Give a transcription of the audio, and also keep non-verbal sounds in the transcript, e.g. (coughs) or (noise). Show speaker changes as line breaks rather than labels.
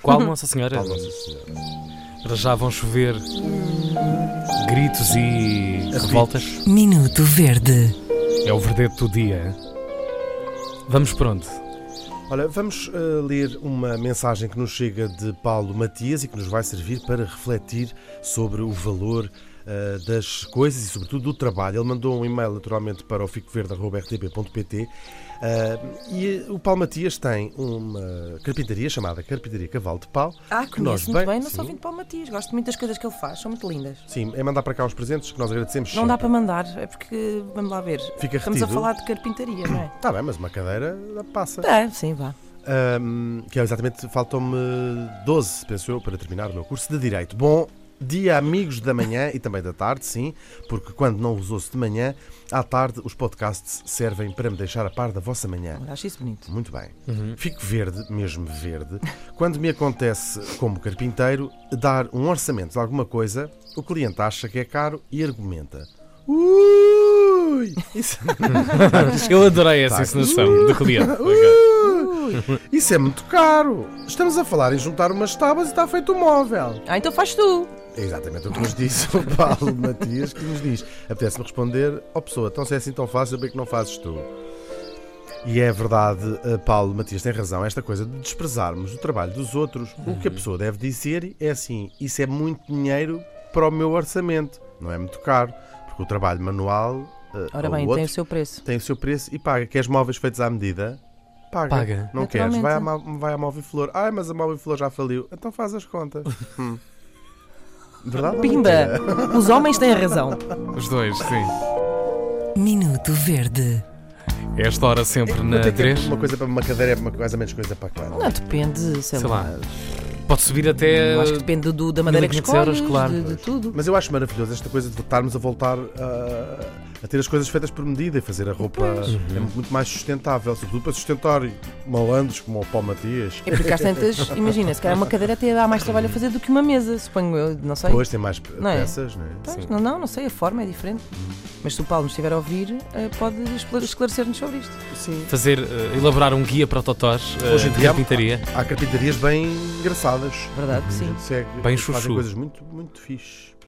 Qual Nossa Senhora?
Qual Nossa Senhora?
Para já vão chover gritos e revoltas.
Minuto Verde.
É o verdete do dia. Vamos por
(laughs)
onde?
Olha, vamos eh, ler uma mensagem que nos chega de Paulo Matias e que nos vai servir para refletir sobre o valor eh, das coisas e, sobretudo, do trabalho. Ele mandou um e-mail, naturalmente, para o ficoverde.rtp.pt eh, e eh, o Paulo Matias tem uma carpintaria chamada Carpintaria Cavalo de Pau.
Ah,
que nós
conheço muito bem, não
sim,
sou vindo para o Matias. Gosto muito das coisas que ele faz, são muito lindas.
Sim, é mandar para cá os presentes que nós agradecemos.
Não dá para mandar, é porque, vamos lá ver.
Fica
Estamos
retido?
a falar de carpintaria, não
(coughs)
é?
Está Tá bem, mas uma cadeira dá- passa.
É, sim, vá.
Ahm, que é exatamente, faltam-me 12, penso eu, para terminar o meu curso de Direito. Bom dia, amigos da manhã e também da tarde, sim, porque quando não os ouço de manhã, à tarde os podcasts servem para me deixar a par da vossa manhã.
Olha, Acho isso bonito.
Muito bem. Fico verde, mesmo verde, quando me acontece, como carpinteiro, dar um orçamento de alguma coisa, o cliente acha que é caro e argumenta. Ui! Isso,
Eu adorei essa
Tá.
encenação do (laughs) cliente.
isso é muito caro! Estamos a falar em juntar umas tábuas e está feito um móvel.
Ah, então faz tu.
É exatamente o que nos disse o Paulo Matias, que nos diz: apetece-me responder, ó pessoa, então se é assim tão fácil, bem que não fazes tu. E é verdade, eh, Paulo Matias tem razão, esta coisa de desprezarmos o trabalho dos outros, o que a pessoa deve dizer é assim: isso é muito dinheiro para o meu orçamento, não é muito caro, porque o trabalho manual eh,
Ora
ou
bem,
outro,
tem o seu preço.
tem o seu preço e paga. Queres móveis feitos à medida? Paga.
Paga.
Não queres? Vai à,
Naturalmente.
ma- vai à móvel flor. Ai, mas a móvel flor já faliu. Então faz as contas. Hum. Verdade? ou
Pimba! Os homens têm a razão.
Os dois, sim.
Minuto Verde.
É Esta hora sempre na
Quanto é que é
3.
uma coisa para uma cadeira é uma, mais ou menos coisa para quatro.
Não, depende, sei,
Sei
lá.
lá. Pode subir até.
Eu acho que depende do, da madeira que
1500 euros,
escolhes,
claro.
de, de tudo.
Mas eu acho maravilhoso esta coisa de voltarmos a voltar ah, a ter as coisas feitas por medida e fazer a roupa é muito mais sustentável, sobretudo para sustentar malandros como o Paulo Matias.
E É porque às tantas, imagina, se calhar uma cadeira até dá mais trabalho a fazer do que uma mesa, suponho eu, não sei.
Depois tem mais pe-
Não é?
peças, não é?
Pois, não, não, não sei, a forma é diferente. Mas se o Paulo nos estiver a ouvir, eh, pode esclare- esclarecer-nos sobre isto.
Sim.
Fazer, eh, elaborar um guia para o Totós eh,
Hoje em
de
dia-
carpintaria.
Há carpintarias bem engraçadas.
Verdade que
A
sim.
gente segue,
Bem
fazem
chuchu.
coisas muito, muito fixe.